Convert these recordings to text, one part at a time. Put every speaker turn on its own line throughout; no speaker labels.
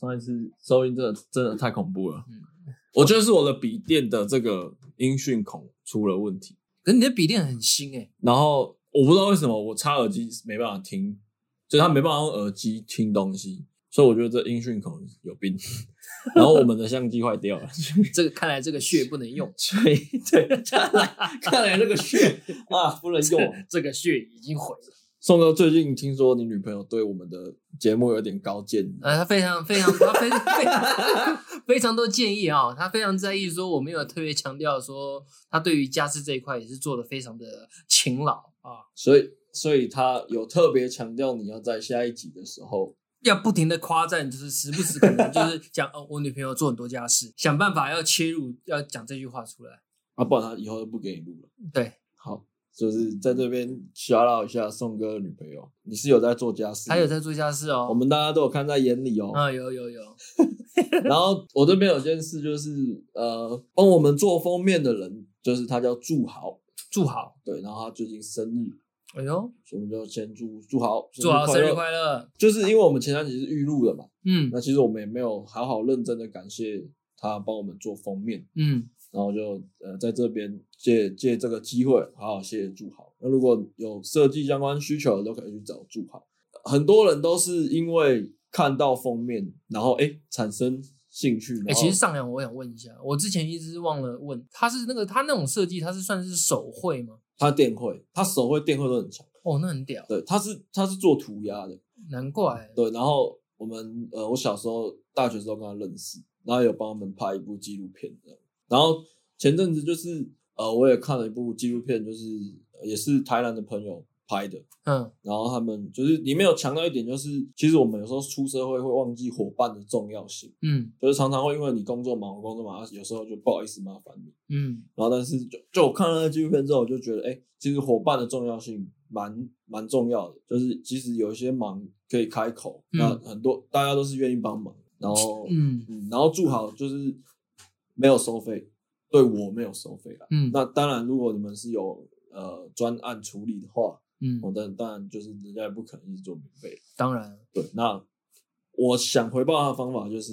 上一次收音真的真的太恐怖了，
嗯
我觉得是我的笔电的这个音讯孔出了问题，
可是你的笔电很新 哎、
然后我不知道为什么我插耳机没办法听，就是它没办法用耳机听东西，所以我觉得这音讯孔有病。 然后我们的相机坏掉 了，，
这个看来这个穴不能用
所以对， 看来看来这个血啊不能用。
这个穴已经毁了。
宋哥最近听说你女朋友对我们的节目有点高见，
呃，他非常非常他非非常非常多建议啊、他非常在意说我们有特别强调说他对于家事这一块也是做的非常的勤劳啊，
所以所以她有特别强调你要在下一集的时候
要不停的夸赞，就是时不时可能就是 讲哦，我女朋友做很多家事，想办法要切入要讲这句话出来。
啊，不然她以后就不给你录了。
对，
好，就是在这边小唠一下宋哥的女朋友，你是有在做家事，
他有在做家事哦，
我们大家都有看在眼里哦。
啊有有有，
然后我这边有件事就是，呃，帮我们做封面的人，就是他叫祝豪，
祝好，
对，然后他最近生日，
哎呦，
所以我们就先祝祝豪
祝好生日
乐。
快乐，
就是因为我们前三集是预录的嘛，
嗯
那其实我们也没有好好认真的感谢他帮我们做封面，
嗯，
然后就呃在这边借借这个机会好好谢谢祝豪。那如果有设计相关需求的，都可以去找祝豪。很多人都是因为看到封面，然后哎、诶产生兴趣，然
哎、
后
其实上梁我想问一下，我之前一直忘了问，他是那个他那种设计，他是算是手绘吗？
他电绘，他手绘电绘都很强。
哦，那很屌，
对，他是他是做涂鸦的，
难怪。
对。然后我们呃，我小时候大学时候跟他认识，然后有帮我们拍一部纪录片这样。然后前阵子就是呃，我也看了一部纪录片，就是呃也是台南的朋友拍的，
嗯，
然后他们就是里面有强调一点，就是其实我们有时候出社会会忘记伙伴的重要性，
嗯
就是常常会因为你工作忙，我工作忙，啊有时候就不好意思麻烦你。
嗯，
然后，但是就就我看了那纪录片之后，我就觉得，哎、其实伙伴的重要性蛮蛮重要的，就是即使有一些忙可以开口，
嗯
那很多大家都是愿意帮忙。然后，
嗯
嗯，然后住好就是没有收费，对我没有收费啦。
嗯
那当然，如果你们是有呃专案处理的话，我
嗯，
当当然就是人家也不可能一直做免费。
当然，
对，那我想回报他的方法就是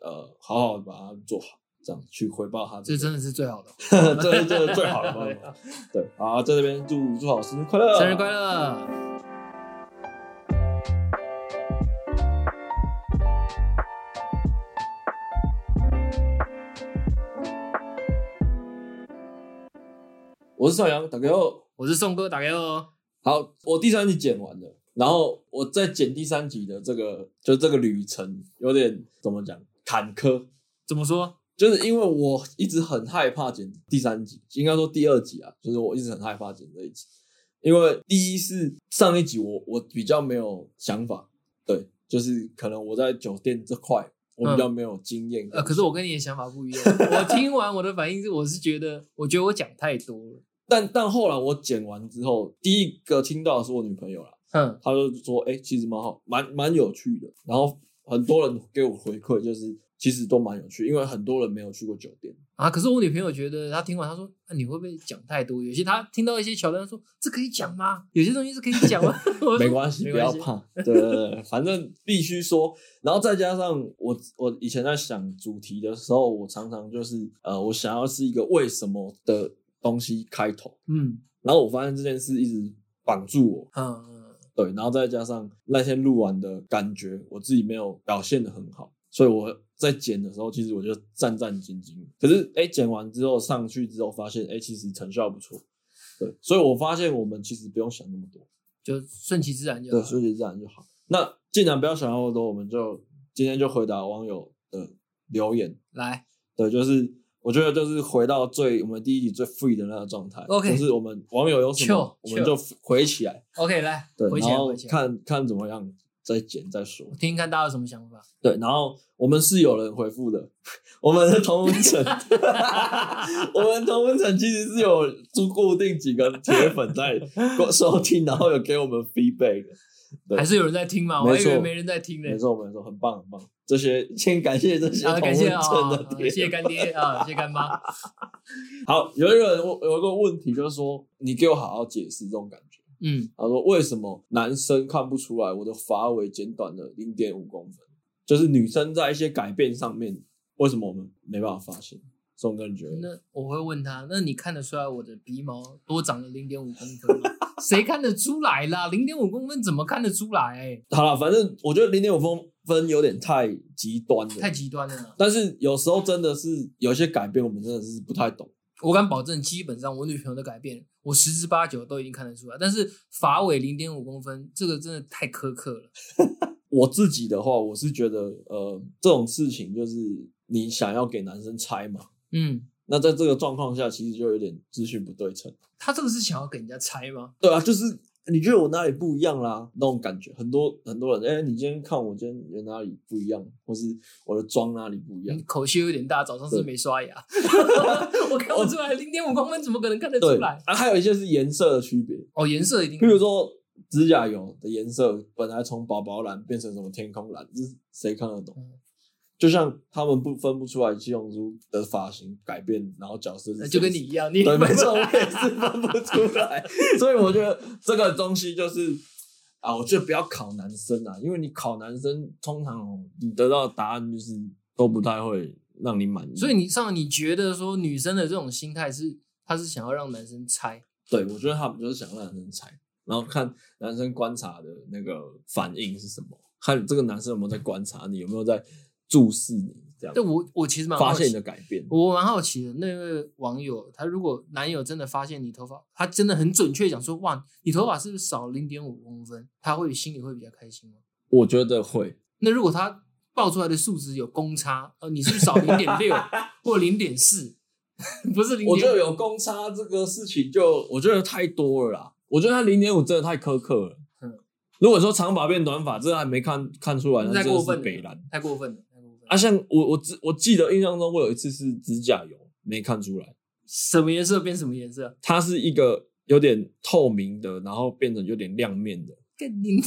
呃，好好地把它做好，这样去回报他、这
这
个。
真的是最好的。
这是这是最好的方法。 对，好，在这边祝祝好生日快乐，
生日快！乐！
我是邵阳，打给我。
我是宋哥，打给我哦。
好，我第三集剪完了，然后我在剪第三集的这个，就这个旅程有点怎么讲坎坷，
怎么说？
就是因为我一直很害怕剪第三集，应该说第二集啊，就是我一直很害怕剪这一集，因为第一是上一集我我比较没有想法，对，就是可能我在酒店这块我比较没有经验、
嗯呃，可是我跟你的想法不一样。我听完我的反应是，我是觉得，我觉得我讲太多了。
但但后来我剪完之后，第一个听到的是我女朋友啦，
哼，
她就说：“哎、其实蛮好，蛮蛮有趣的。”然后很多人给我回馈，就是其实都蛮有趣，因为很多人没有去过酒店。
啊，可是我女朋友觉得，她听完她说，啊、你会不会讲太多？有些她听到一些桥段说，这可以讲吗？有些东西是可以讲吗？ 我说
没关系，
没
不要
关系。
怕。对对对对，反正必须说。然后再加上我，我以前在想主题的时候，我常常就是呃，我想要是一个为什么的东西开头。
嗯
然后我发现这件事一直绑住我，
嗯嗯
对，然后再加上那天录完的感觉，我自己没有表现的很好，所以我在剪的时候，其实我就战战兢兢。可是，哎、剪完之后上去之后，发现，哎、其实成效不错。对，所以我发现我们其实不用想那么多，
就顺其自然就好
对，
了。
顺其自然就好。那既然不要想那么多，我们就今天就回答网友的留言。
来，
对，就是我觉得就是回到最我们第一集最 free 的那个状态
OK
就是我们网友有什么
Chill，
我们就回起来，
OK，来，
对，
回起
然
来，
后
回起来，
看看怎么样，再剪再说
我。听听看大家有什么想法。
对，然后我们是有人回复的，我们的同文 层，我们同文层其实是有住固定几个铁粉 在收听，然后有给我们 feedback 的。对
还是有人在听嘛？我
没
还以为
错
没人在听呢
没。错没错，很棒很棒。这些先感谢这些
啊，
同
感
文
谢啊，
层的
啊
铁粉
谢谢干爹啊，谢谢干妈。
好，有一个人问有一个问题，就是说你给我好好解释这种感觉。
嗯，
他说为什么男生看不出来我的发尾剪短了零点五公分？就是女生在一些改变上面，为什么我们没办法发现？宋哥，你觉得？
那我会问他，那你看得出来我的鼻毛多长了零点五公分吗？ 谁看得出来啦？零点五公分怎么看得出来、
好了，反正我觉得零点五公分有点太极端了，
太极端了啦！
但是有时候真的是有一些改变，我们真的是不太懂。
我敢保证，基本上我女朋友的改变，我十之八九都已经看得出来。但是发尾零点五公分，这个真的太苛刻了。
我自己的话，我是觉得，呃，这种事情就是你想要给男生猜嘛，
嗯，
那在这个状况下，其实就有点资讯不对称。
他这个是想要给人家猜吗？
对啊，就是你觉得我哪里不一样啦，那种感觉，很多很多人，哎、你今天看我今天有哪里不一样，或是我的妆哪里不一样
你，口气有点大，早上
嗯
是
对哦
没 刷牙， 我看不出来零点五公分，怎么可能看得出
对
来？
啊，还有一些是颜色的区别，
哦，颜色一定
譬如说指甲油的颜色本来从宝宝蓝变成什么天空蓝，这是谁看得懂
嗯？
就像他们不分不出来七龙珠的发型改变，然后角色是
呃就跟你
谁
一样，你
对， 没错，我也是分不出来，所以我觉得这个东西就是啊，我觉得不要考男生啊，因为你考男生，通常哦你得到的答案就是都不太会让你满意。
所以你上，你觉得说女生的这种心态是，她是想要让男生猜，
对我觉得他们就是想让男生猜，然后看男生观察的那个反应是什么，看这个男生有没有在观察你，有没有在注视你，这样
但我我其实蛮好
发
奇
现你的改变。
我蛮好奇的，那位网友，他如果男友真的发现你头发，他真的很准确讲说，哇，你头发是不是少零点五公分？他会心里会比较开心吗？
我觉得会，
那如果他报出来的数值有公差，呃，你是不是少零点六或零点四， 不是零
我觉
点
得有公差这个事情就，我觉得太多了啦。我觉得他零点五真的太苛刻了。
嗯
如果说长发变短发，这还没看看出来，
那
那
太
真的
过
是
分
北
了
蓝，
太过分了，太过分了。
啊。像我我记我记得印象中，我有一次是指甲油没看出来，
什么颜色变什么颜色？
它是一个有点透明的，然后变成有点亮面的。
跟你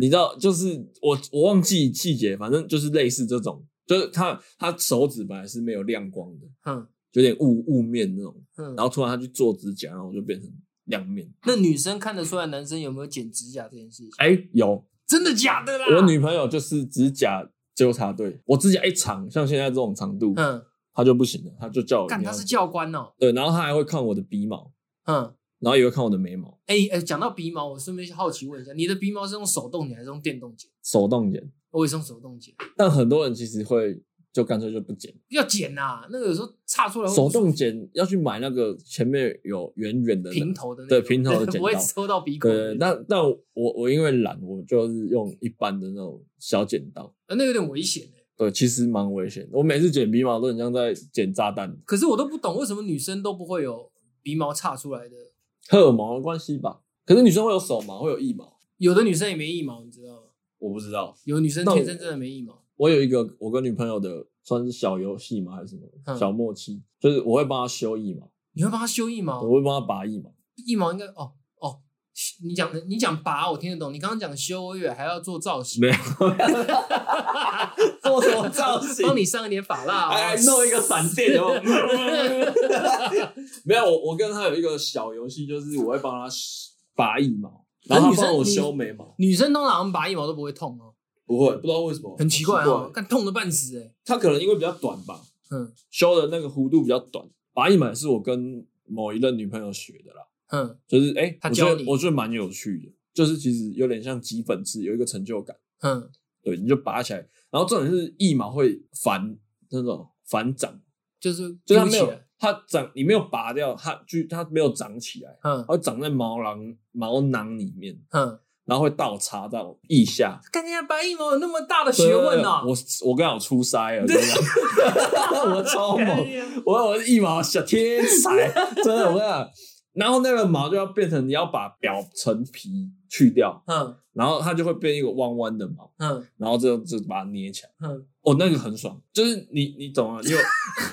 你知道，就是我我忘记细节，反正就是类似这种，就是他他手指本来是没有亮光的，
嗯
有点雾雾面那种，
嗯，
然后突然他去做指甲，然后就变成亮面。
那女生看得出来男生有没有剪指甲这件事情？
哎、有
真的假的啦？
我女朋友就是指甲纠察队，我指甲一长，像现在这种长度，
嗯，
她就不行了，她就叫我
干
你要
她是教官哦，
对，然后她还会看我的鼻毛，
嗯。
然后也会看我的眉毛，
哎、哎，讲到鼻毛，我顺便好奇问一下，你的鼻毛是用手动剪还是用电动剪？
手动剪。
我也是用手动剪，
但很多人其实会就干脆就不剪，
要剪呐、那个有时候插出来会
手动剪要去买那个前面有圆圆的那
平头的那
对
种，
平头的剪刀
不会抽到鼻孔的。
对，那那我我因为懒，我就是用一般的那种小剪刀。
呃那有点危险、欸、
对，其实蛮危险的。我每次剪鼻毛都很像在剪炸弹，
可是我都不懂为什么女生都不会有鼻毛插出来的，
荷尔蒙的关系吧。可是女生会有手毛，会有腋毛，
有的女生也没腋毛，你知道吗？
我不知道。
有女生
那我
天生真的没腋毛。
我有一个我跟女朋友的算是小游戏嘛，还是什么、
嗯
小默契，就是我会帮她修腋毛，
你会帮她修腋毛？
我会帮她拔腋毛。
腋毛应该哦哦，你讲的你讲拔我听得懂，你刚刚讲修，我以为还要做造型，
没有， 做什么造型？啊
帮你上一点发蜡、哦，
哎，弄一个闪电有没 有？没有，我我跟他有一个小游戏，就是我会帮他拔腋毛，然后他帮我修眉毛。
女生通常拔腋毛都不会痛哦，
不会，不知道为什么，
很奇怪哦，看痛的半死哎、
他可能因为比较短吧，
嗯
修的那个弧度比较短。拔腋毛也是我跟某一任女朋友学的啦，
哼
就是哎，
他
我觉
教
得
你
我觉得蛮有趣的，就是其实有点像挤粉刺，有一个成就感。
哼，
对，你就拔起来，然后重点是腋毛会反那种反长，
就是
就是它
揪
没
起
有
来，
它长，你没有拔掉，它就它没有长起来，
嗯
它会长在毛囊毛囊里面，
哼，
然后会倒插到腋下。
看人家白腋毛有那么大的学问哦，
我我刚好出塞 了，真的， 我超猛，我我是腋毛小天才， 真的，我跟你讲，然后那个毛就要变成你要把表层皮去掉，
嗯
然后它就会变一个弯弯的毛，
嗯
然后就就把它捏起来。
嗯，
哦，那个很爽，就是你你懂啊， 你有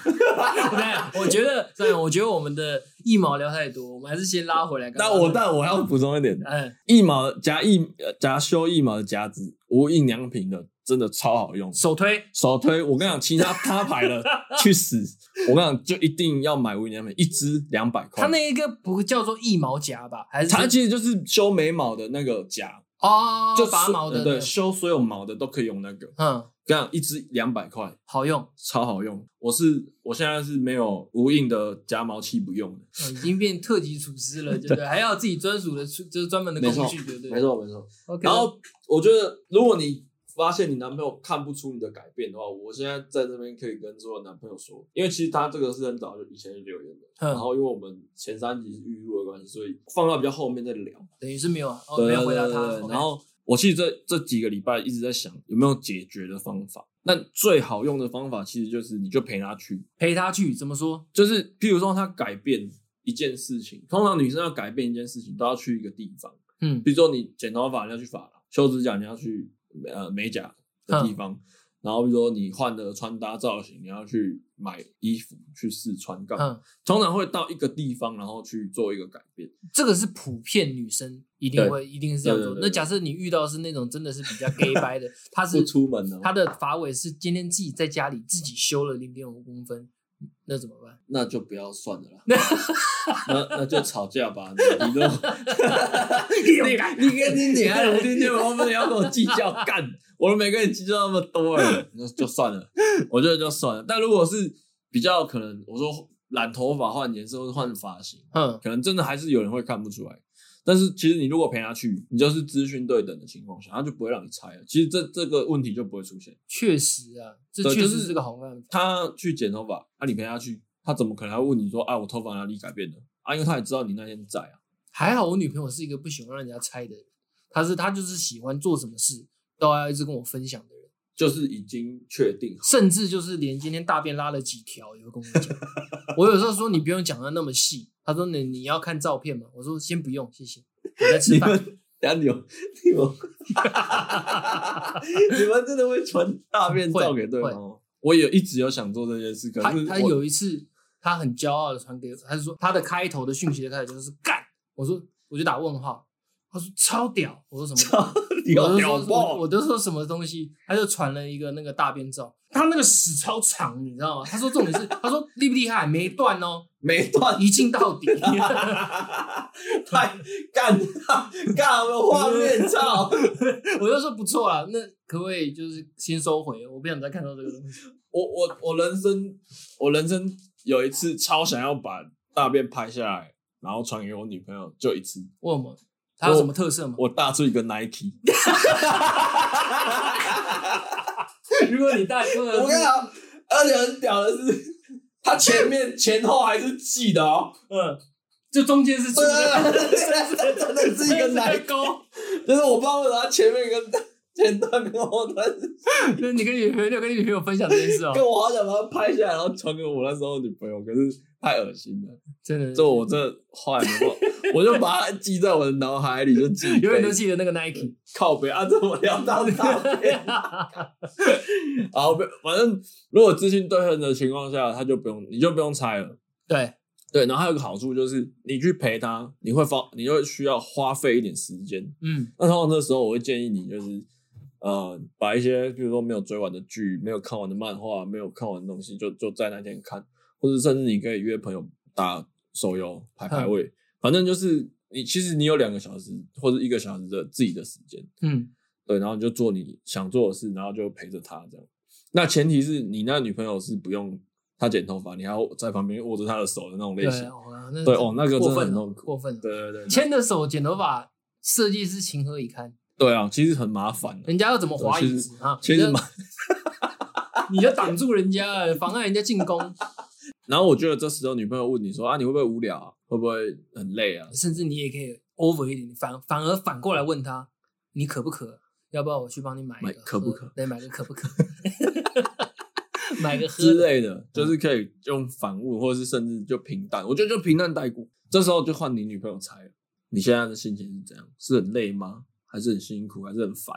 对，我觉得对，我觉得我们的腋毛聊太多，我们还是先拉回来。
那我但我要补充一点，
嗯，
腋毛夹腋呃夹修腋毛的夹子，无印良品的真的超好用。
手推
手推，我跟你讲，其他他牌的去死！我跟你讲，就一定要买无印良品，一支两百块
它。那一个不叫做腋毛夹吧？还是
它其实就是修眉毛的那个夹，
哦，
就
拔
所
毛的，
呃对，修所有毛的都可以用那个。
嗯，
跟你讲，一支两百块，
好用，
超好用。我是我现在是没有无印的夹毛器不用的，
嗯已经变特级厨师 了，对不对？还要有自己专属的厨，就是专门的
没
工
错
具，对不对？
没错没错。
OK。
然后我觉得，如果你发现你男朋友看不出你的改变的话，我现在在这边可以跟所有男朋友说，因为其实他这个是很早就以前就留言的，
嗯
然后因为我们前三集是预录的关系，所以放到比较后面再聊。
等于是没有啊，哦，
对
没
对
有回答
对
他
对。对
OK
然后我其实这这几个礼拜一直在想有没有解决的方法。那最好用的方法其实就是你就陪他去，
陪他去怎么说？
就是譬如说他改变一件事情，通常女生要改变一件事情都要去一个地方，
嗯
比如说你剪头发你要去发廊，修指甲你要去呃美甲的
嗯
地方，然后比如说你换的穿搭造型你要去买衣服去试穿干嘛，
嗯，
通常会到一个地方然后去做一个改变。
这个是普遍女生一定
对
会一定是这样
对对
做。
对
那
对
假设你遇到是那种真的是比较 gay 白的，他是
不出门呢，
他的发尾是今天自己在家里自己修了零点五公分，嗯那怎么办？
那就不要算了啦，那那就吵架吧。你你都你你跟你女孩聊天，你我们要跟我计较干，我都没跟你计较那么多了，那就算了，我觉得就算了。但如果是比较可能，我说染头发、换颜色、或是换发型，
嗯，
可能真的还是有人会看不出来。但是其实你如果陪他去，你就是资讯对等的情况下，他就不会让你猜了。其实这这个问题就不会出现。
确实啊，这
对
确
就
实
是
是个好办法。
他去剪头发，啊，你陪他去，他怎么可能还问你说啊，我头发哪里改变了？啊，因为他也知道你那天在 啊。
还好我女朋友是一个不喜欢让人家猜的人，她是她就是喜欢做什么事都要一直跟我分享的人，
就是已经确定好，
甚至就是连今天大便拉了几条也会跟我讲。 我有时候说你不用讲的那么细，她说你你要看照片吗？我说先不用，谢谢，我在吃
你
饭。
们 等下你有你 们，你们真的会传大便照给对方吗？我也一直有想做这件事，可
她
是
她
我
有一次她很骄傲的传给我，她就说她的开头的讯息的开头就是干，我说我就打问号，她说超屌，我说什么？
你
我
有
就
屌
说我
爆
我，就说什么东西，他就传了一个那个大便照，他那个屎超长，你知道吗？他说重点是，他说厉不厉害，没断哦，
没 断，
一镜到底。
太干干了画面照。
我就说不错啊，那可不可以就是先收回？我不想再看到这个东西。
我我我人生，我人生有一次超想要把大便拍下来，然后传给我女朋友，就一次。
问我们他有什么特色吗？
我大出一个 Nike，
如果你带出
我跟你讲，而且很屌的是，它前面前后还是系的哦，
嗯，就中间是 粗
对啊
的，
对对，啊真的是一个 Nike，
高。
就是我不知道为什么它前面跟前段跟后段是，
那你跟你女朋友，你有跟你女朋友分享这件事哦
跟，我好想把它拍下来，然后传给我那时候的女朋友，可是太恶心了，
真的
这我真的后来没办法，我就把它记在我的脑海里，就记一辈子
永远都记得那个 Nike。
靠北啊，这我聊到大便。好，不反正如果资讯对衡的情况下，他就不用，你就不用猜了。
对，
对，然后还有一个好处就是，你去陪他，你会发，你会需要花费一点时间。
嗯
那通常这时候，我会建议你就是，呃，把一些比如说没有追完的剧、没有看完的漫画、没有看完的东西，就就在那天看，或者甚至你可以约朋友打手游、排排位，反正就是你其实你有两个小时或者一个小时的自己的时间，
嗯，
对，然后你就做你想做的事，然后就陪着她这样。那前提是你那女朋友是不用她剪头发，你还要在旁边握着她的手的那种类
对
型。
哦那
对哦，那个真
过
的
分
很
了，
痛苦。
过分了。
对对对，
牵着手剪头发，设计师情何以堪？
对啊，其实很麻烦的、
人家要怎么滑椅子啊？
其
哎你
实
就
蛮，
你就挡住人家，妨碍人家进攻，
然后我觉得这时候女朋友问你说啊，你会不会无聊啊？会不会很累啊？
甚至你也可以 over 一点，反反而反过来问他，你渴不渴？要不要我去帮你买一
买
个？
可不可？
对，买个可不可？ 买个喝
之
的嗯
类的，就是可以用反问，或者是甚至就平淡。我觉得就平淡带过。这时候就换你女朋友猜了，你现在的心情是怎样？是很累吗？还是很辛苦？还是很烦？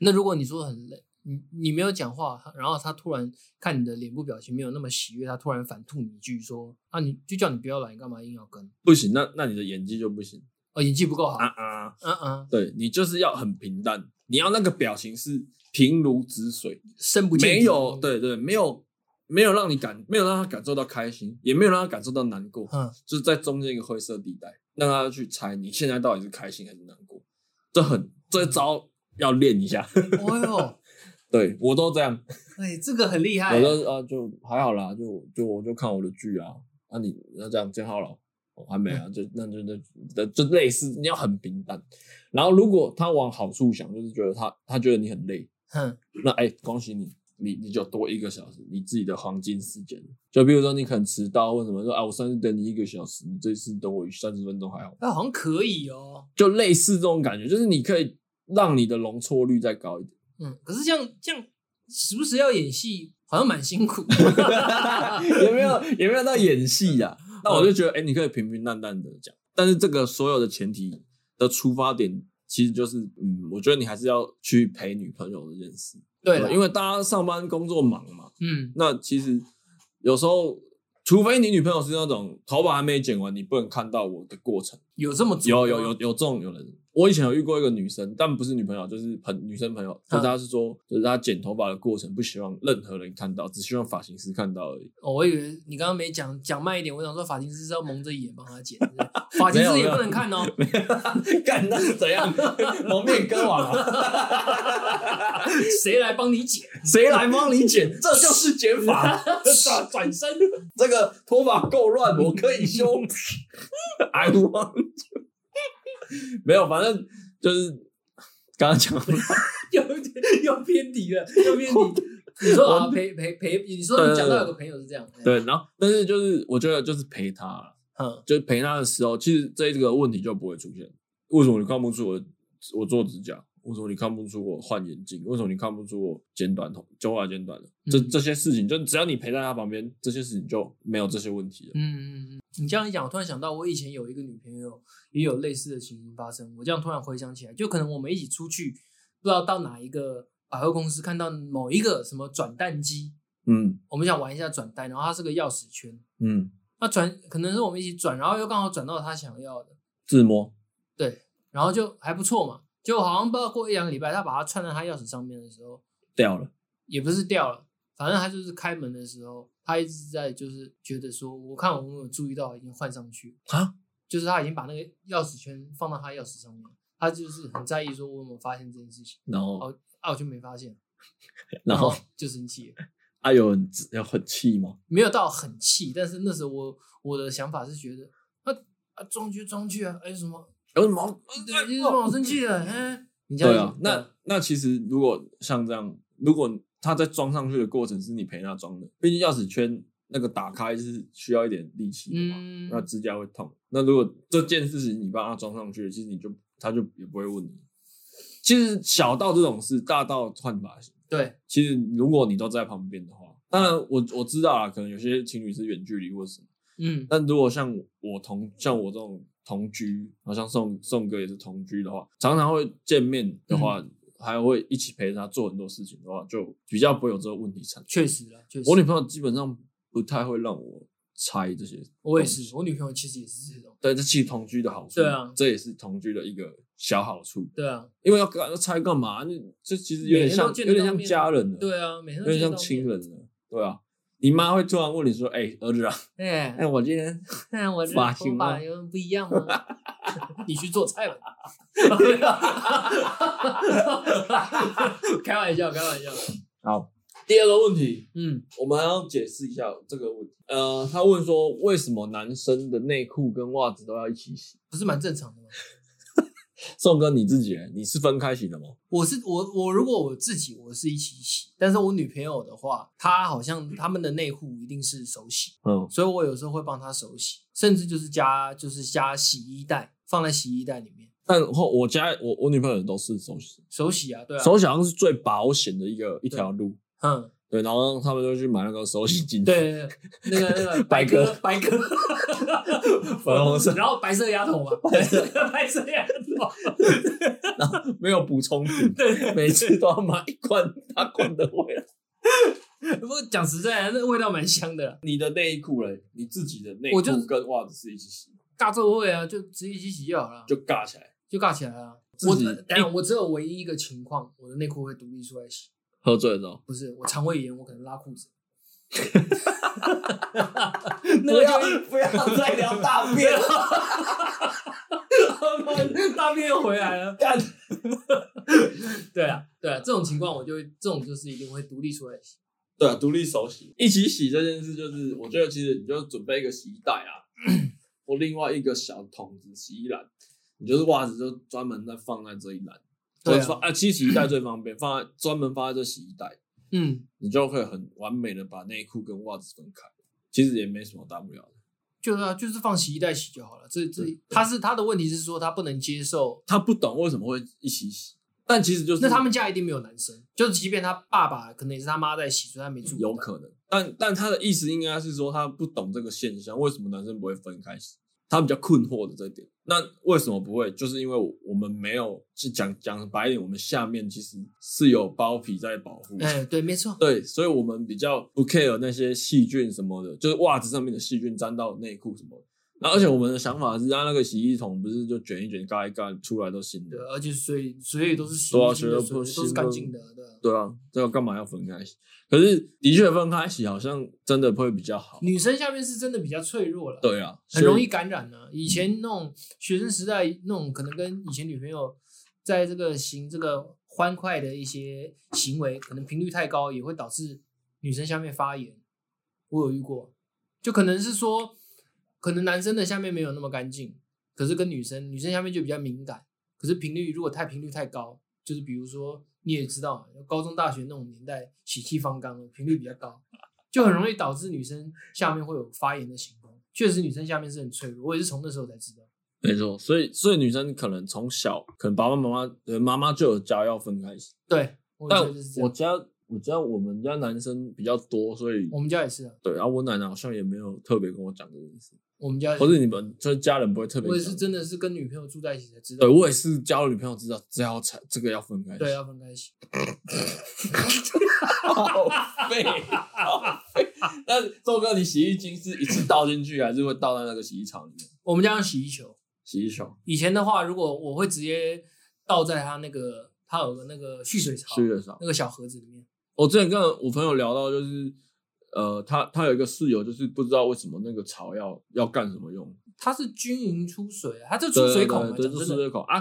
那如果你说很累，你你没有讲话，然后他突然看你的脸部表情没有那么喜悦，他突然反吐你一句说啊，你就叫你不要来，你干嘛硬要跟？
不行，那那你的演技就不行
哦，演技不够好
啊，啊！
嗯嗯，
对你就是要很平淡，你要那个表情是平如止水，
深不见底
没有，对对，没有没有让你感，没有让他感受到开心，也没有让他感受到难过，
嗯，
就是在中间一个灰色地带，让他去猜你现在到底是开心还是难过，这很这招要练一下。
哦哟，
对我都这样，
哎，这个很厉害
我，都啊就还好啦，就就我就看我的剧啊。那、你那这样见好了，哦、还没啊，就那就那就类似，你要很平淡。然后如果他往好处想，就是觉得他他觉得你很累，
哼，
那哎、恭喜你，你你就多一个小时，你自己的黄金时间。就比如说你肯迟到或什么，说啊，我上次等你一个小时，你这次等我三十分钟还好，
那好像可以哦。
就类似这种感觉，就是你可以让你的容错率再高一点。
嗯，可是这样这样时不时要演戏，好像蛮辛苦。
也没有也没有到演戏呀、那我就觉得，哎、你可以平平淡淡的讲，但是这个所有的前提的出发点，其实就是，嗯，我觉得你还是要去陪女朋友这件事，
对啊了，
因
为
为大家上班工作忙嘛，
嗯，
那其实有时候，除非你女朋友是那种头发还没剪完，你不能看到我的过程。
有这么足
有
吗
有有有这种有人，我以前有遇过一个女生，但不是女朋友，就是朋女生朋友，但是她是说，就是她剪头发的过程不希望任何人看到，只希望发型师看到而已。
哦，我以为你刚刚没讲讲慢一点，我想说发型师是要蒙着眼帮他剪，是 不是发型师也不能看哦。
干那是怎 样？蒙面歌王、啊，
谁来帮你 剪？
谁来帮你剪？这就是剪 法。
转转身，
这个头发够乱，我可以修。I want to 没有，反正就是刚刚讲
又又偏题了，又偏题。你说啊，陪陪陪，你说你讲到有个朋友是这样，，
对，然后但是就是我觉得就是陪他啊啦，
嗯，
就是陪他的时候，其实这这个问题就不会出现。为什么你看不出我我做指甲？为什么你看不出我换眼镜？为什么你看不出我剪短头、剪发剪短了？这
嗯
这些事情，就只要你陪在他旁边，这些事情就没有这些问题了。
嗯嗯嗯，你这样一讲，我突然想到，我以前有一个女朋友，也有类似的情形发生。我这样突然回想起来，就可能我们一起出去，不知道到哪一个百货公司，看到某一个什么转蛋机，
嗯
我们想玩一下转蛋，然后它是个钥匙圈，
嗯，
那转可能是我们一起转，然后又刚好转到他想要的，
自摸，
对，然后就还不错嘛。就好像不知道过一两个礼拜，他把它串在他钥匙上面的时候，
掉了。
也不是掉了，反正他就是开门的时候，他一直在就是觉得说，我看我有没有注意到已经换上去
啊，
就是他已经把那个钥匙圈放到他钥匙上面，他就是很在意说我有没有发现这件事情，
然后，
哦啊我就没发现，
然后
就生气了，
啊，有很有很气吗？
没有到很气，但是那时候我我的想法是觉得啊啊装去装去啊，哎什么，
有什么？
对你怎么好生气了？哎，你这样
对啊
子，
那那其实如果像这样，如果他在装上去的过程是你陪他装的，毕竟钥匙圈那个打开是需要一点力气的嘛，
嗯
那指甲会痛。那如果这件事情你帮他装上去，其实你就他就也不会问你。其实小到这种事，大到换发型，
对
其实如果你都在旁边的话，当然我我知道啦，可能有些情侣是远距离或什么。
嗯
但如果像我同像我这种同居，好像宋宋哥也是同居的话，常常会见面的话，还会一起陪他做很多事情的话，就比较不会有这个问题产生。
确实了，确实
我女朋友基本上不太会让我猜这些，
我也是，我女朋友其实也是这种，
对，这其实同居的好处，
对啊
这也是同居的一个小好处，
对啊
因为要干要猜干嘛？那这其实有点像
每天
有
都见
点
到面
像家人了，
对啊，每天
有
都
点像
见到
亲
面，
人了，对啊。你妈会突然问你说：“哎、儿子啊，
哎
哎、我今天
看我这
发
头
型
发
吗
有不一样吗？ 你去做菜吧。 开玩笑，开玩笑。
好。”第二个问题，
嗯
我们要解释一下这个问题。呃，他问说为什么男生的内裤跟袜子都要一起洗？
不是蛮正常的吗？
宋哥你自己嘞，你是分开洗的吗？
我是我我如果我自己我是一起洗，但是我女朋友的话，她好像她们的内裤一定是手洗，
嗯，
所以我有时候会帮她手洗，甚至就是加就是加洗衣袋放在洗衣袋里面
但后我家我我女朋友都是手洗，
手洗啊，对啊，
手洗好像是最保险的一个一条路。
嗯，
对，然后他们就去买那个手洗巾，，
对对对，那个那个
白鸽
白鸽，
粉红色
然后白色 丫头嘛，白色白色丫头，
没有补充品，
对对
每次都要买一罐大罐的回来。
不过讲实在啊的，那味道蛮香的啦。
你的内裤嘞，你自己的内
我就
裤跟袜子是一起洗，
尬奏会啊，就直接一起洗就好了，
就尬起来，
就尬起来了。
自
我
己
等一下我只有唯一一个情况，我的内裤会独立出来洗，
喝醉的时候。
不是我肠胃炎，我可能拉裤子。
不
那个
要
就
不要再聊大便了，
大便又回来了。
干，
对啊，对啊，这种情况我就会这种就是一定会独立出来洗。
对啊，独立手洗，一起洗这件事，就是我觉得其实你就准备一个洗衣袋啊， 或另外一个小桶子洗衣篮，你就是袜子就专门在放在这一篮，
对啊
或者放啊，其实洗衣袋最方便，放在专门放在这洗衣袋，
嗯，
你就会很完美的把内裤跟袜子分开，其实也没什么大不了的。
就是啊，就是放洗衣袋洗就好了。这这他是他的问题是说他不能接受，
他不懂为什么会一起洗，但其实就是
那他们家一定没有男生，就是即便他爸爸可能也是他妈在洗，所以他没注意到。
有可能，但但他的意思应该是说他不懂这个现象，为什么男生不会分开洗？他比较困惑的这一点。那为什么不会？就是因为我我们没有是讲讲白一点，我们下面其实是有包皮在保护，
哎、对，没错，
对，所以我们比较不 care 那些细菌什么的，就是袜子上面的细菌沾到内裤什么的。然后而且我们的想法是，啊让那个洗衣桶不是就卷一卷、盖一盖出来都新的
对，，而且所以所以都是洗
对啊
干净
所
的
以
水，
都
都是干净的，对啊。
对啊，这个干嘛要分开洗？可是的确分开洗好像真的会比较好。
女生下面是真的比较脆弱了，
对啊，
很容
所以
易感染呢、以前那种学生时代，那种可能跟以前女朋友在这个行这个欢快的一些行为，可能频率太高，也会导致女生下面发炎。我有遇过，就可能是说，可能男生的下面没有那么干净，可是跟女生，女生下面就比较敏感。可是频率如果太频率太高，就是比如说你也知道，高中大学那种年代，喜气方刚，频率比较高，就很
嗯
容易导致女生下面会有发炎的情况。确实，女生下面是很脆弱，我也是从那时候才知道。
没错，所以所以女生可能从小，可能爸爸妈妈呃妈妈就有教要分开洗，
对，我
但
觉得就是这
我
样。
家我家我们家男生比较多，所以
我们家也是啊，
对，然后我奶奶好像也没有特别跟我讲这件事，
我们家
或者你们就是家人不会特别
哎我也
讲
是，真的是跟女朋友住在一起才知道
对。我也是交了女朋友知道这要才这个要分开洗，
对，啊要分开洗。
好废，好废。 但是周哥，你洗衣精是一次倒进去，还是会倒在那个洗衣槽里面？
我们家用洗衣球，
洗衣球，
以前的话，如果我会直接倒在它那个，它有个那个蓄水槽，
洗的少。
那个小盒子里面。
我之前跟我朋友聊到，就是呃，他他有一个室友，就是不知道为什么那个槽要要干什么用，
它是均匀出水啊，它就出水孔嘛，
对，
讲
就
真
出
的，
水口啊，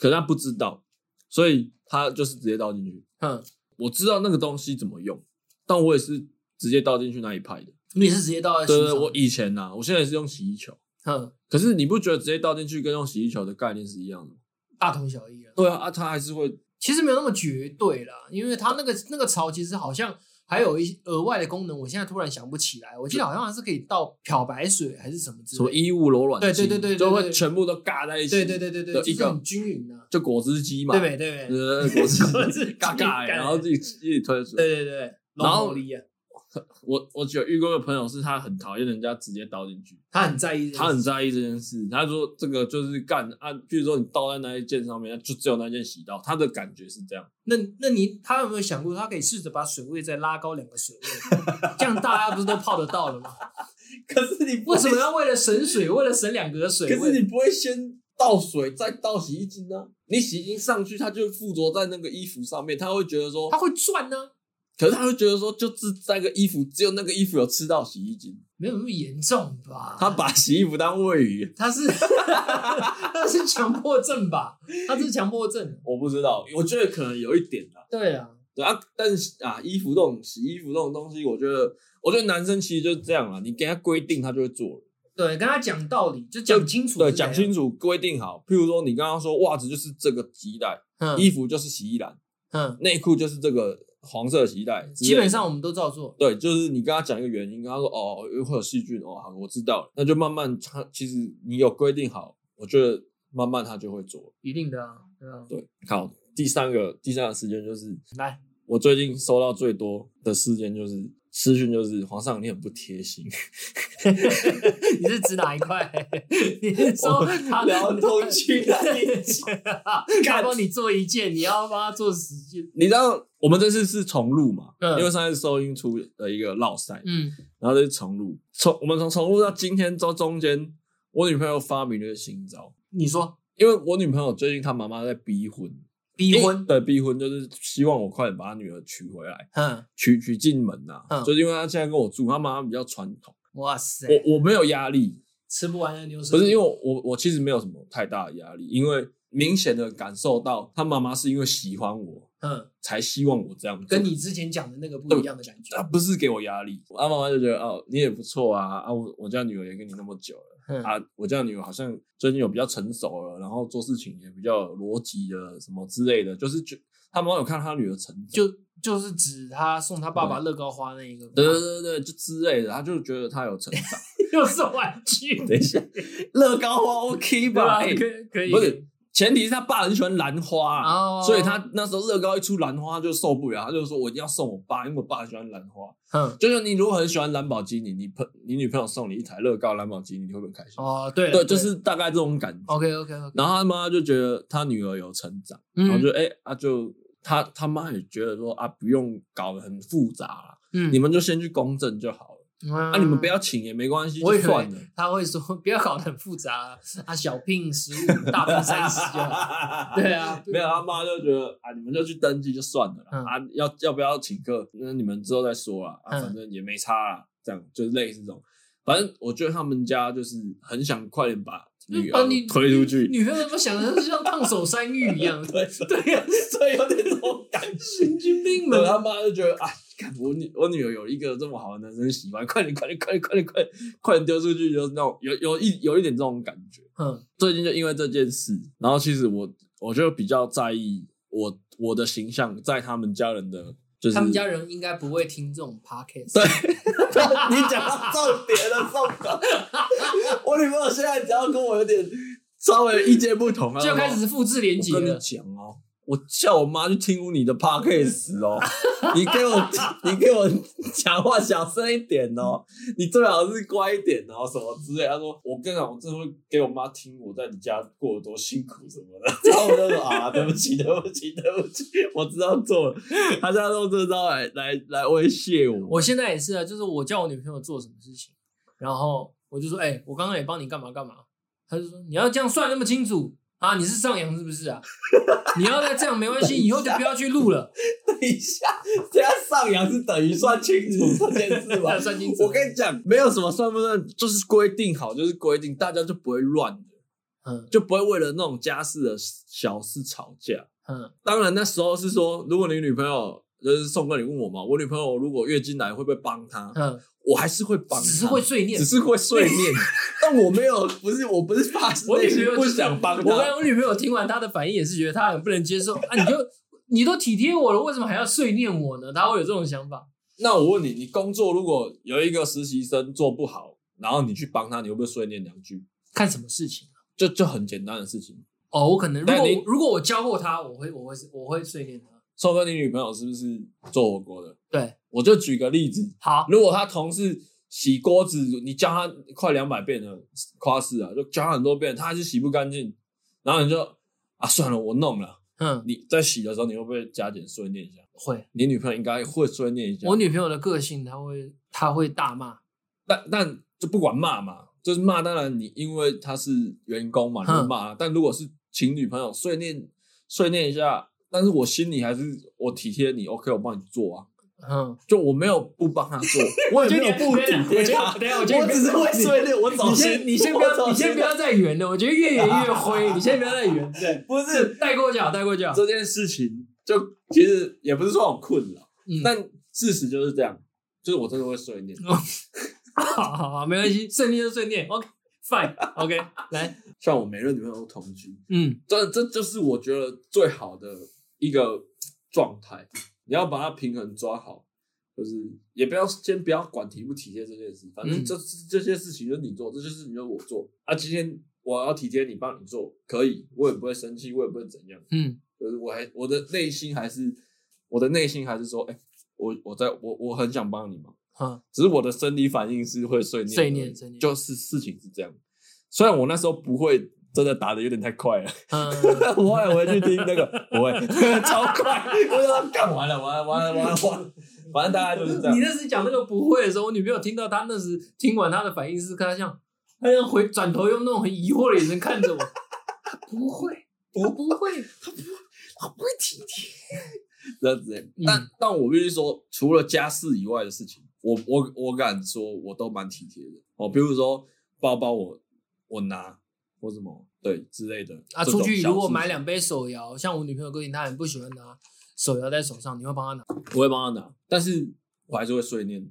可是他不知道，所以他就是直接倒进去。
嗯，
我知道那个东西怎么用，但我也是直接倒进去那一派的。
你也是直接倒在
对对
洗衣
对，
槽
我
里，
以前呐、我现在也是用洗衣球，
嗯，
可是你不觉得直接倒进去跟用洗衣球的概念是一样的吗？
大同小异啊。
对啊，啊，他还是会
其实没有那么绝对啦，因为它那个那个槽其实好像还有一些额外的功能，我现在突然想不起来。我记得好像还是可以倒漂白水还是什么之
什么
类的。
衣物柔软
对
性，
对对对对
就会
对
全部都尬在一起，
对对对对对，
的
就
一
是
个
很均匀的、
就果汁机嘛，
对没对没？
呃，果汁
果 汁机
嘎嘎欸，
干
然后自己自己推出。
对对对，
然后
龙头力啊，
我我有遇过的朋友是他很讨厌人家直接倒进去，
他很在意这件事，
他很在意这件事。他说这个就是干啊，比如说你倒在那一件上面，就只有那件洗到，他的感觉是这样。
那那你他有没有想过，他可以试着把水位再拉高两个水位，这样大家不是都泡得到了吗？
可是你
为什么？要为了省水，为了省两格水位？
你不会先倒水再倒洗衣精啊？你洗衣精上去，它就附着在那个衣服上面，他会觉得说
他会转呢、
可是他会觉得说，就只那个衣服，只有那个衣服有吃到洗衣精，
没有那么严重吧？
他把洗衣服当喂鱼。
他是 他是强迫症吧？他是强迫症。
我不知道，我觉得可能有一点啦。
对啊，
对啊，但是啊，衣服这种洗衣服这种东西，我觉得，我觉得男生其实就是这样啦，啊你给他规定，他就会做了。
对，跟他讲道理，就讲清楚。
对，讲清。楚，规定好。譬如说，你刚刚说袜子就是这个洗衣袋，
嗯
衣服就是洗衣篮，
嗯，
内裤就是这个黄色洗衣袋之类的。
基本上我们都照做。
对，就是你跟他讲一个原因，跟他说哦，会有细菌哦，好，我知道了，那就慢慢他其实你有规定好，我觉得慢慢他就会做。
一定的啊，对啊，
对，好，第三个第三个事件就是
来，
我最近收到最多的事件就是私讯，就是皇上你很不贴心，
你是指哪一块？ 你是说他
聊通气来
他帮你做一件，你要帮他做十件。
你知道我们这次是重录嘛？
嗯
因为上次收音出的一个绕赛，
嗯，
然后这是重录，从我们从重录到今天到中间，我女朋友发明了一个新招，
你说
因为我女朋友最近她妈妈在逼婚，
逼
因
婚？
对逼婚就是希望我快点把她女儿娶回来，
嗯，
娶娶进门呐、啊
嗯
就是因为她现在跟我住，她妈妈比较传统，
哇塞，
我我没有压力，
吃不完的牛舌
不
饼，
是因为我我我其实没有什么太大的压力，因为明显的感受到他妈妈是因为喜欢我
嗯，
才希望我这样做，
跟你之前讲的那个不一样的感觉
他。不是给我压力，啊妈妈就觉得哦你也不错啊啊我我家女儿也跟你那么久了。
嗯
啊，我这样女儿好像最近有比较成熟了，然后做事情也比较有逻辑了，什么之类的，就是觉他妈妈有看到他女儿成长，
就就是指他送他爸爸乐高花那一个，
对对对对，就之类的，他就觉得他有成 长。
又是玩具，
等一下，乐高花 OK
对吧？
吧？
可
欸
以可以，
不是前提是他爸很喜欢兰花啊，
哦
所以他那时候乐高一出兰花就受不了，他就说我一定要送我爸，因为我爸很喜欢兰花。
嗯
就是你如果很喜欢兰博基尼，你朋你女朋友送你一台乐高兰博基尼，你会不会开心？
哦，对哦了
对，就是大概这种感觉。
OK OK OK，
然后他妈就觉得他女儿有成长，
嗯
然后就哎、啊就他他妈也觉得说啊不用搞得很复杂啦，
嗯
你们就先去公证就好了，
啊
啊你们不要请也没关系，
我
就
以
算
为
了。
他会说不要搞得很复杂啊啊，小聘十 五，大聘三十就好。
啊。
对啊，
没有，他妈就觉得啊，你们就去登记就算了啦，
嗯
啊，要要不要请客，那你们之后再说啦，啊，
嗯
反正也没差啦，这样就类似这种，反正我觉得他们家就是很想快点把 女
把
儿
哦你
推出去，
女朋友怎么想的，就像烫手山芋一样。
对
对啊，
对，有点这种感觉。
神经病
然后
们。
他妈就觉得，哎，干我女我女儿有一个这么好的男生喜欢，快点快点快点快点快点快点丢出去，就是那种有有一有一点这种感觉。
嗯
最近就因为这件事，然后其实我我就比较在意我我的形象在他们家人的，就是
他们家人应该不会听这种 podcast。
对，你讲到重点了， 重点。我女朋友现在只要跟我有点稍微意见不同啊，
就开始复制连结
我跟你
了。
讲哦，我叫我妈去听你的 podcast 哦，你给我你给我讲话小声一点哦，你最好是乖一点哦，什么之类。他说我跟你讲，我真的会给我妈听我在你家过得多辛苦什么 的。然后我就说啊，对不起，对不起，对不起，我知道错了。他现在用这招来来来威胁我，
我现在也是啊，就是我叫我女朋友做什么事情，然后我就说，哎、我刚刚也帮你干嘛干嘛，她就说你要这样算那么清楚啊，你是上扬是不是啊？ 你要再这样没关系，以后就不要去录了，？
等一下，现在上扬是等于算清楚这件事吗
算清 楚。
我跟你讲，没有什么算不算，就是规定好，就是规定，大家就不会乱的。
嗯
就不会为了那种家事的小事吵架。
嗯
当然那时候是说，如果你女朋友就是送过你问我嘛，我女朋友如果月经来会不会帮她？
嗯，
我还是会帮她，
只是会碎念
只。是会碎念，但我没有，不是我不是发
我
内
女朋
心
友
不
就是
想帮
我跟
她。
我女朋友听完她的反应也是觉得她很不能接受啊，你就你都体贴我了，为什么还要碎念我呢？她会有这种想法。
那我问你，你工作如果有一个实习生做不好，然后你去帮他，你会不会碎念两句？
看什么事情啊
就就很简单的事情。
哦，我可能如
但
果
你
我如果我教过她，我会我会我会碎念她。
宋哥，你女朋友是不是做火锅的？
对，
我就举个例子，
好，
如果他同事洗锅子，你教他快两百遍了，夸饰啊，就教他很多遍，他还是洗不干净，然后你就啊算了，我弄了。
嗯，
你在洗的时候，你会不会加减碎念一下？
会。
你女朋友应该会碎念一下
我，女朋友的个性，她会她会大骂，
但但就不管骂嘛，就是骂。当然你因为他是员工嘛，你会
嗯
骂他。但如果是情侣朋友，碎念碎念一下，但是我心里还是我体贴你，OK，我帮你做啊。
嗯，
就我没有不帮他做，我也没有不体贴他
我觉得， 等一下我觉得你
只是会碎念。我
你
走
先
心，
你先不要
我
你
走心
先不要再圆了，我觉得越圆越灰，你先不要再 圆，对，
不是嗯
带过脚带过脚，
这件事情，就其实也不是说很困扰，
嗯，
但事实就是这样，就是我真的会碎念。
好好好，没关 系，顺念就顺念，OK fine OK，来，
像我每任女朋友都同居，
嗯
这这就是我觉得最好的一个状态。你要把它平衡抓好，就是也不要先不要管体不体贴这件事，反正
嗯
这、这些事情就是你做，这些事情就是我做。啊，今天我要体贴你，帮你做，可以，我也不会生气，我也不会怎样。
嗯
就是我还我的内心还是我的内心还是说，哎、我我在我我很想帮你忙，
嗯
只是我的生理反应是会碎念的，
碎念碎念
就是事情是这样。虽然我那时候不会，真的打的有点太快了。
嗯，
我也会去听那个，不会 超快，我要干完了，完了完了完了完了，反正大概就是这样。
你那时讲那个不会的时候，我女朋友听到她那时听完她的反应是，她像她像回转头用那种很疑惑的眼神看着我， 不会，我不会，
我不会体贴，这样子欸。
嗯
但但我必须说，除了家事以外的事情，我我我敢说，我都蛮体贴的。哦，比如说包包我，我拿或什么对之类的
啊，
这种
出去
小
如果
事情
买两杯手摇，像我女朋友个性，她很不喜欢拿手摇在手上，你会帮她拿？
我会帮他拿，但是我还是会碎念。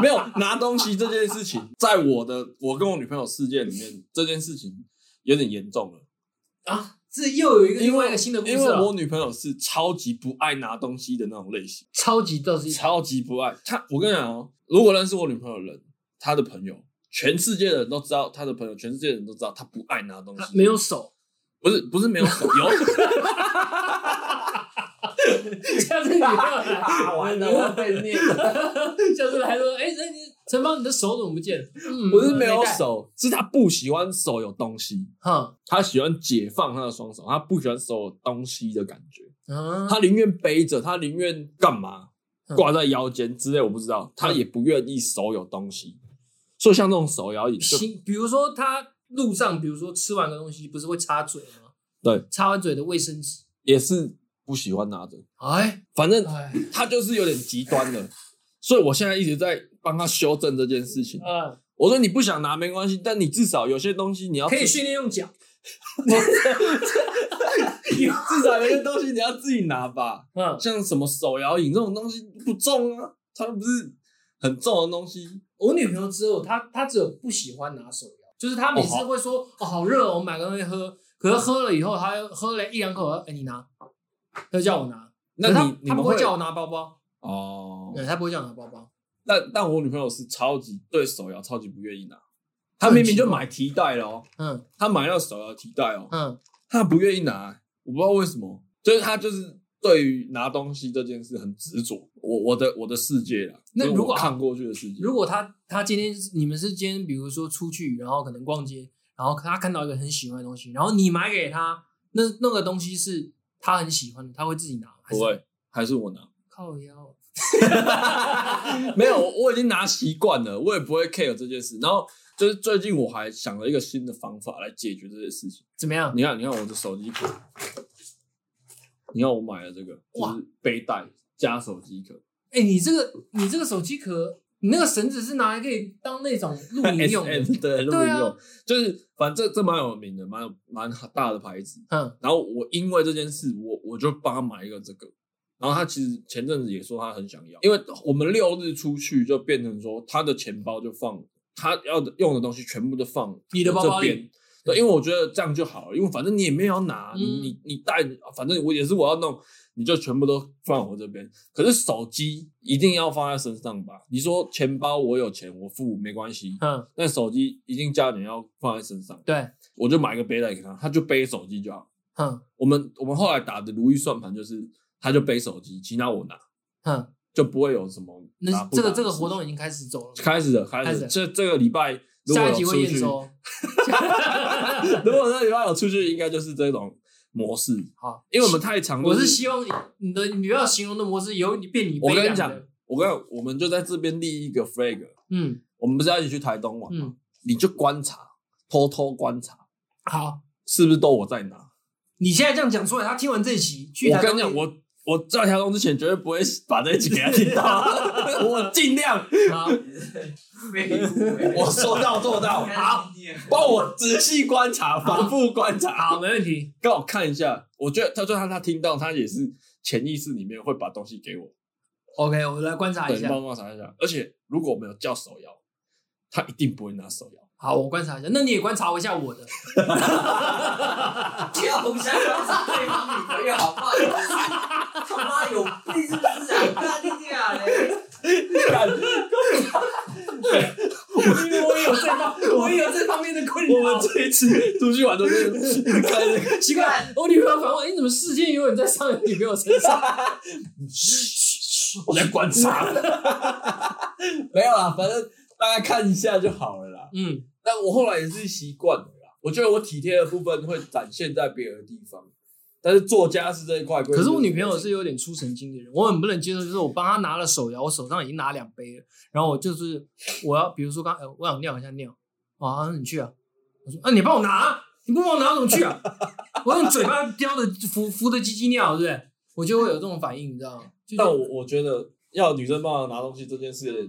没有拿东西这件事情，在我的我跟我女朋友事件里面，这件事情有点严重了，
啊，这又有一
因
个
为
另外一个新的故事
因为我
了，
女朋友是超级不爱拿东西的那种类型，
超级倒是
超级不爱。她，我跟你讲哦，如果认识我女朋友的人，她的朋友，全世界的人都知道，她的朋友，全世界的人都知道，她不爱拿东西
她，没 有手，嗯
不是不是没有手有。
下次你要 来，
完 了我
被念， 下次来说，哎、那你陈芳你的手怎么不见了？嗯
不是没有，
带
手，是她不喜欢手有东西。
哼，
他喜欢解放他的双手，他不喜欢手有东西的感觉，
嗯、
他宁愿背着，他宁愿干嘛
嗯
挂在腰间之类，我不知道，他也不愿意手有东西。所以像这种手摇椅就，
行，比如说他路上，比如说吃完个东西，不是会擦嘴吗？
对，
擦完嘴的卫生纸，
也是不喜欢拿着，
哎
反正
哎，
他就是有点极端的。所以我现在一直在帮他修正这件事情。
呃，
我说你不想拿没关系，但你至少有些东西你要
可以
自
训练用脚，
至少有些东西你要自己拿吧。
嗯，
像什么手摇椅这种东西不重啊，它又不是很重的东西。
我女朋友只有她，她只有不喜欢拿手摇，就是她每次会说哦好热哦，我买个东西喝，可是喝了以后，她喝了一两口，哎、你拿，她就叫我拿，
那
可是
你
她
你
她
们
不会叫我拿包包，
哦？
对，她不会叫我拿包包，
但但我女朋友是超级对手摇超级不愿意拿，她明明就买提袋了哦，
嗯
她买那个手摇提袋哦，
嗯，
她不愿意拿，我不知道为什么，就是她就是对于拿东西这件事很执着。我我的我的世界啦，
那
就是
如果
我看过去的世界，
如果她她今天你们是今天比如说出去，然后可能逛街，然后她看到一个很喜欢的东西，然后你买给她，那那个东西是她很喜欢的，她会自己拿，还
不
是
会还是我拿，
靠腰，
没有，我我已经拿习惯了，我也不会 care 这件事。然后就是最近我还想了一个新的方法来解决这件事情。
怎么样？
你看，你看我的手机壳，你看我买了这个，
哇
就是背带加手机壳
哎、你这个你这个手机壳，你那个绳子是拿来可以当那种露营用 的。
，SM 对，录
对
影
啊
用，就是反正这这蛮有名的，蛮有蛮大的牌子。
嗯
然后我因为这件事，我我就帮他买一个这个。然后他其实前阵子也说他很想要，因为我们六日出去就变成说他的钱包就放他要的用的东西全部都放
你的包包
这
里
边。对，因为我觉得这样就好了，因为反正你也没有要拿，你
嗯
你你带，反正我也是我要弄，你就全部都放我这边。可是手机一定要放在身上吧？你说钱包我有钱，我付没关系，
嗯，
但手机一定家人要放在身上，
对，
我就买一个背带给他，他就背手机就好。
嗯
我们我们后来打的如意算盘就是，他就背手机，其他我拿，
嗯，
就不会有什么拿
那
不
这
拿的
个这个
事
活动已经开始走了，
开始了，开
开
始
始
了
了
这这个礼拜如果
下
有
一集
出
会验
去，
收。
如果这礼拜有出去，应该就是这种模式，
好，
因为我们太常
我
就是
希望你的你不要形容的模式有你变你
我
悲
跟
凉
你讲
的，，
我跟你讲我们就在这边立一个 flag，
嗯
我们不是要一起去台东玩吗？
嗯，
你就观察，偷偷观察，
好，
是不是都我在拿？
你现在这样讲出来，他听完这一集，去
我
台
跟
东
你讲，我我在台东之前绝对不会把这一集给他听到， 我尽量
好，
我说到做到，好，
好，
帮我仔细观察，反复观察，
好，没问题，
让我看一下。我觉得他就算他听到，他也是潜意识里面会把东西给我，
，OK，我来观察一
对，
下，
帮我观察一下。而且如果我们有叫手摇，他一定不会拿手摇。
好，我观察一下，那你也观察一下我 的，
不要互相观察对方女朋友好不好？你他妈有病是不是啊？干你 娘嘞！
因为我也有这方，我也有这方面的困
我们这一次出去玩都是开这个，
奇怪，我女朋友反问：“哎、你怎么视线永远在上女朋友身上。
我在观察。 没有啦，反正大概看一下就好了啦？”
嗯，
但我后来也是习惯了啦。我觉得我体贴的部分会展现在别的地方，但是做家事这一块，
可是我女朋友是有点出神经的人，我很不能接受，就是我帮她拿了手摇，我手上已经拿两杯了，然后我就是我要，比如说刚、呃我想尿一下尿，啊，那你去啊，我说啊，你帮我拿，你不帮我拿我怎么去啊？ 我用嘴巴叼着扶扶着鸡鸡尿，对不对？我就会有这种反应，你知道吗？就
但我我觉得要女生帮忙拿东西这件事有点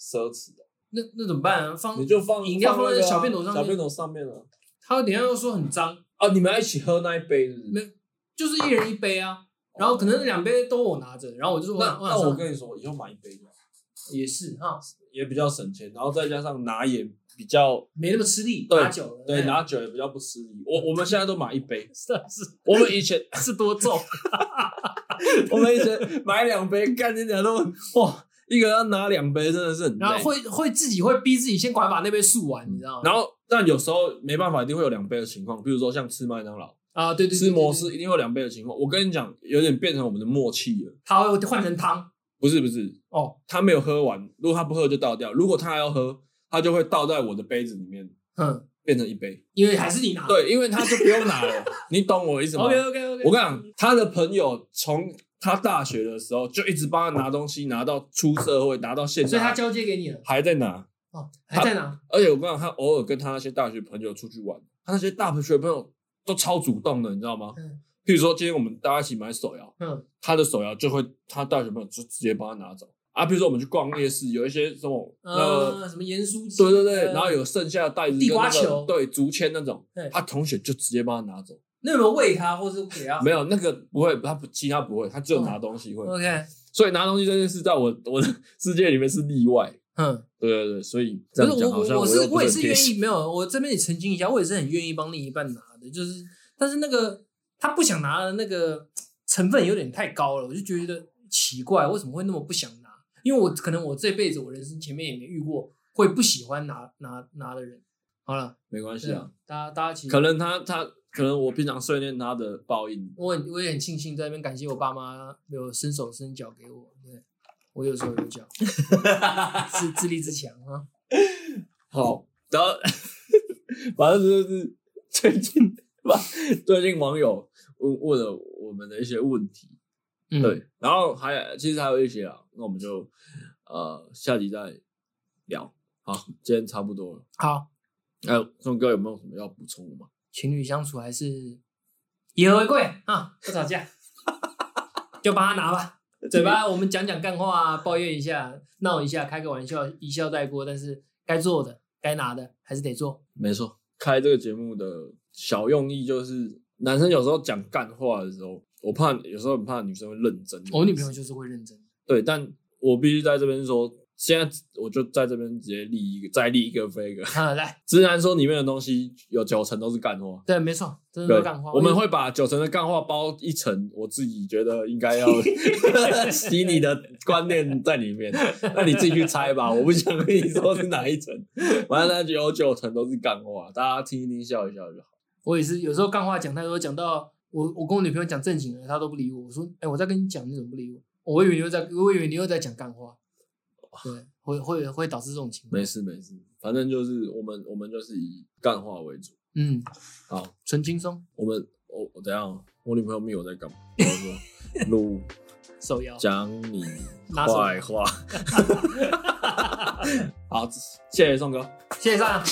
奢侈的，
那那怎么办、啊？放
你就放
饮料
放
放在
那个啊
小便斗上面
小便斗上面了。
他等一下又说很脏，
啊，你们要一起喝那一杯是不是哦
没就是一人一杯啊。然后可能那两杯都我拿着，然后我就说我
那
想我
那
想
我
上
跟你说，以后买一杯就好
也是哈，
也比较省钱，然后再加上拿也比较
没那么吃力，
对
拿酒了
对，
哎
拿酒也比较不吃力。我我们现在都买一 杯，
是是
我们以前
是多 重？
我们以前买两杯，干你俩都很哇，一个人要拿两杯真的是很累
然后会会自己会逼自己先赶快把那杯漱完，你知道吗？啊
然后但有时候没办法，一定会有两杯的情况，比如说像吃麦当劳、
啊，对对对，
吃摩
对
斯，
对
一定会有两杯的情况。我跟你讲，有点变成我们的默契了。
他会换成汤
不是不是，
哦，
他没有喝完，如果他不喝就倒掉，如果他还要喝，他就会倒在我的杯子里面，
嗯，
变成一杯。
因为还是你拿。
对，因为他就不用拿了，你懂我意 思吗？
，OK OK OK，
我跟你讲，他的朋友从他大学的时候就一直帮他拿东西，拿到出社会，拿到现在，
所以他交接给你了
还在拿。
哦，还在拿，
而且我跟你讲，他偶尔跟他那些大学朋友出去玩，他那些大学朋友都超主动的，你知道吗？
嗯
譬如说，今天我们大家一起买手摇，
嗯
他的手摇就会他大学朋友就直接帮他拿走啊。譬如说，我们去逛夜市，有一些什么呃，
呃，什么盐酥鸡，
对对对，
呃
然后有剩下的袋子、
地瓜球
对竹签那种
对，
他同学就直接帮他拿走。
那有没有喂他，或是给他
没有那个不会，他不其他不会，他只
嗯
有拿东西会。
？OK，
所以拿东西这件事，在我我的 世界里面是例外。
嗯，
对对对，所以这
可
样
是
讲好
我
像
我我
又
是
不
也
是
是
很贴
愿
心。
意，没有，我这边也澄清一下，我也是很愿意帮另一半拿的，就是，但是那个他不想拿的那个成分有点太高了，我就觉得奇怪，为什么会那么不想拿？因为我可能我这辈子我人生前面也没遇过会不喜欢拿拿拿的人。好了，
没关系
对
啊
啊，，大家大家其实
可能他他可能我平常训练他的报应，
我很我也很庆幸在那边感谢我爸妈有伸手伸脚给我，对我有手有 脚，自自立自强啊。
好，然后 反正就是最近吧，最近网友问问了我们的一些问题，
嗯
对，，然后还有其实还有一些啊，那我们就呃下集再聊。好，今天差不多了。
好，
还有宋哥有没有什么要补充的吗？
情侣相处还是以和为贵啊，不吵架，就帮他拿吧。嘴巴我们讲讲干话啊，抱怨一下，闹一下，开个玩笑，一笑带过。但是该做的、该拿的还是得做。
没错，开这个节目的小用意就是，男生有时候讲干话的时候，我怕有时候很怕女生会认真。
我女朋友就是会认真，
对，但我必须在这边说，现在我就在这边直接立一个，再立一个 flag。
啊，来，
直男说里面的东西有九成都是干话，
对，没错，真的
对
都干话。
我们会把九成的干话包一层，我自己觉得应该 要洗你的观念在里面，那你自己去猜吧，我不想跟你说是哪一层，反正那有九成都是干话，大家听一听笑一笑就好。
我也是有时候干话讲太多，讲到我我跟我女朋友讲正经的，她都不理我。我说，哎、我在跟你讲，你怎么不理我？我以为你又在，我以为你又在讲干话。对，会会会导致这种情况
没。事没事，反正就是我们我们就是以干话为主。
嗯，
好，
纯轻松，
我们哦我我怎样？我女朋友密我在干嘛？我说录
手摇。
讲你
拿手
坏话。 好，谢谢宋哥。
谢谢上。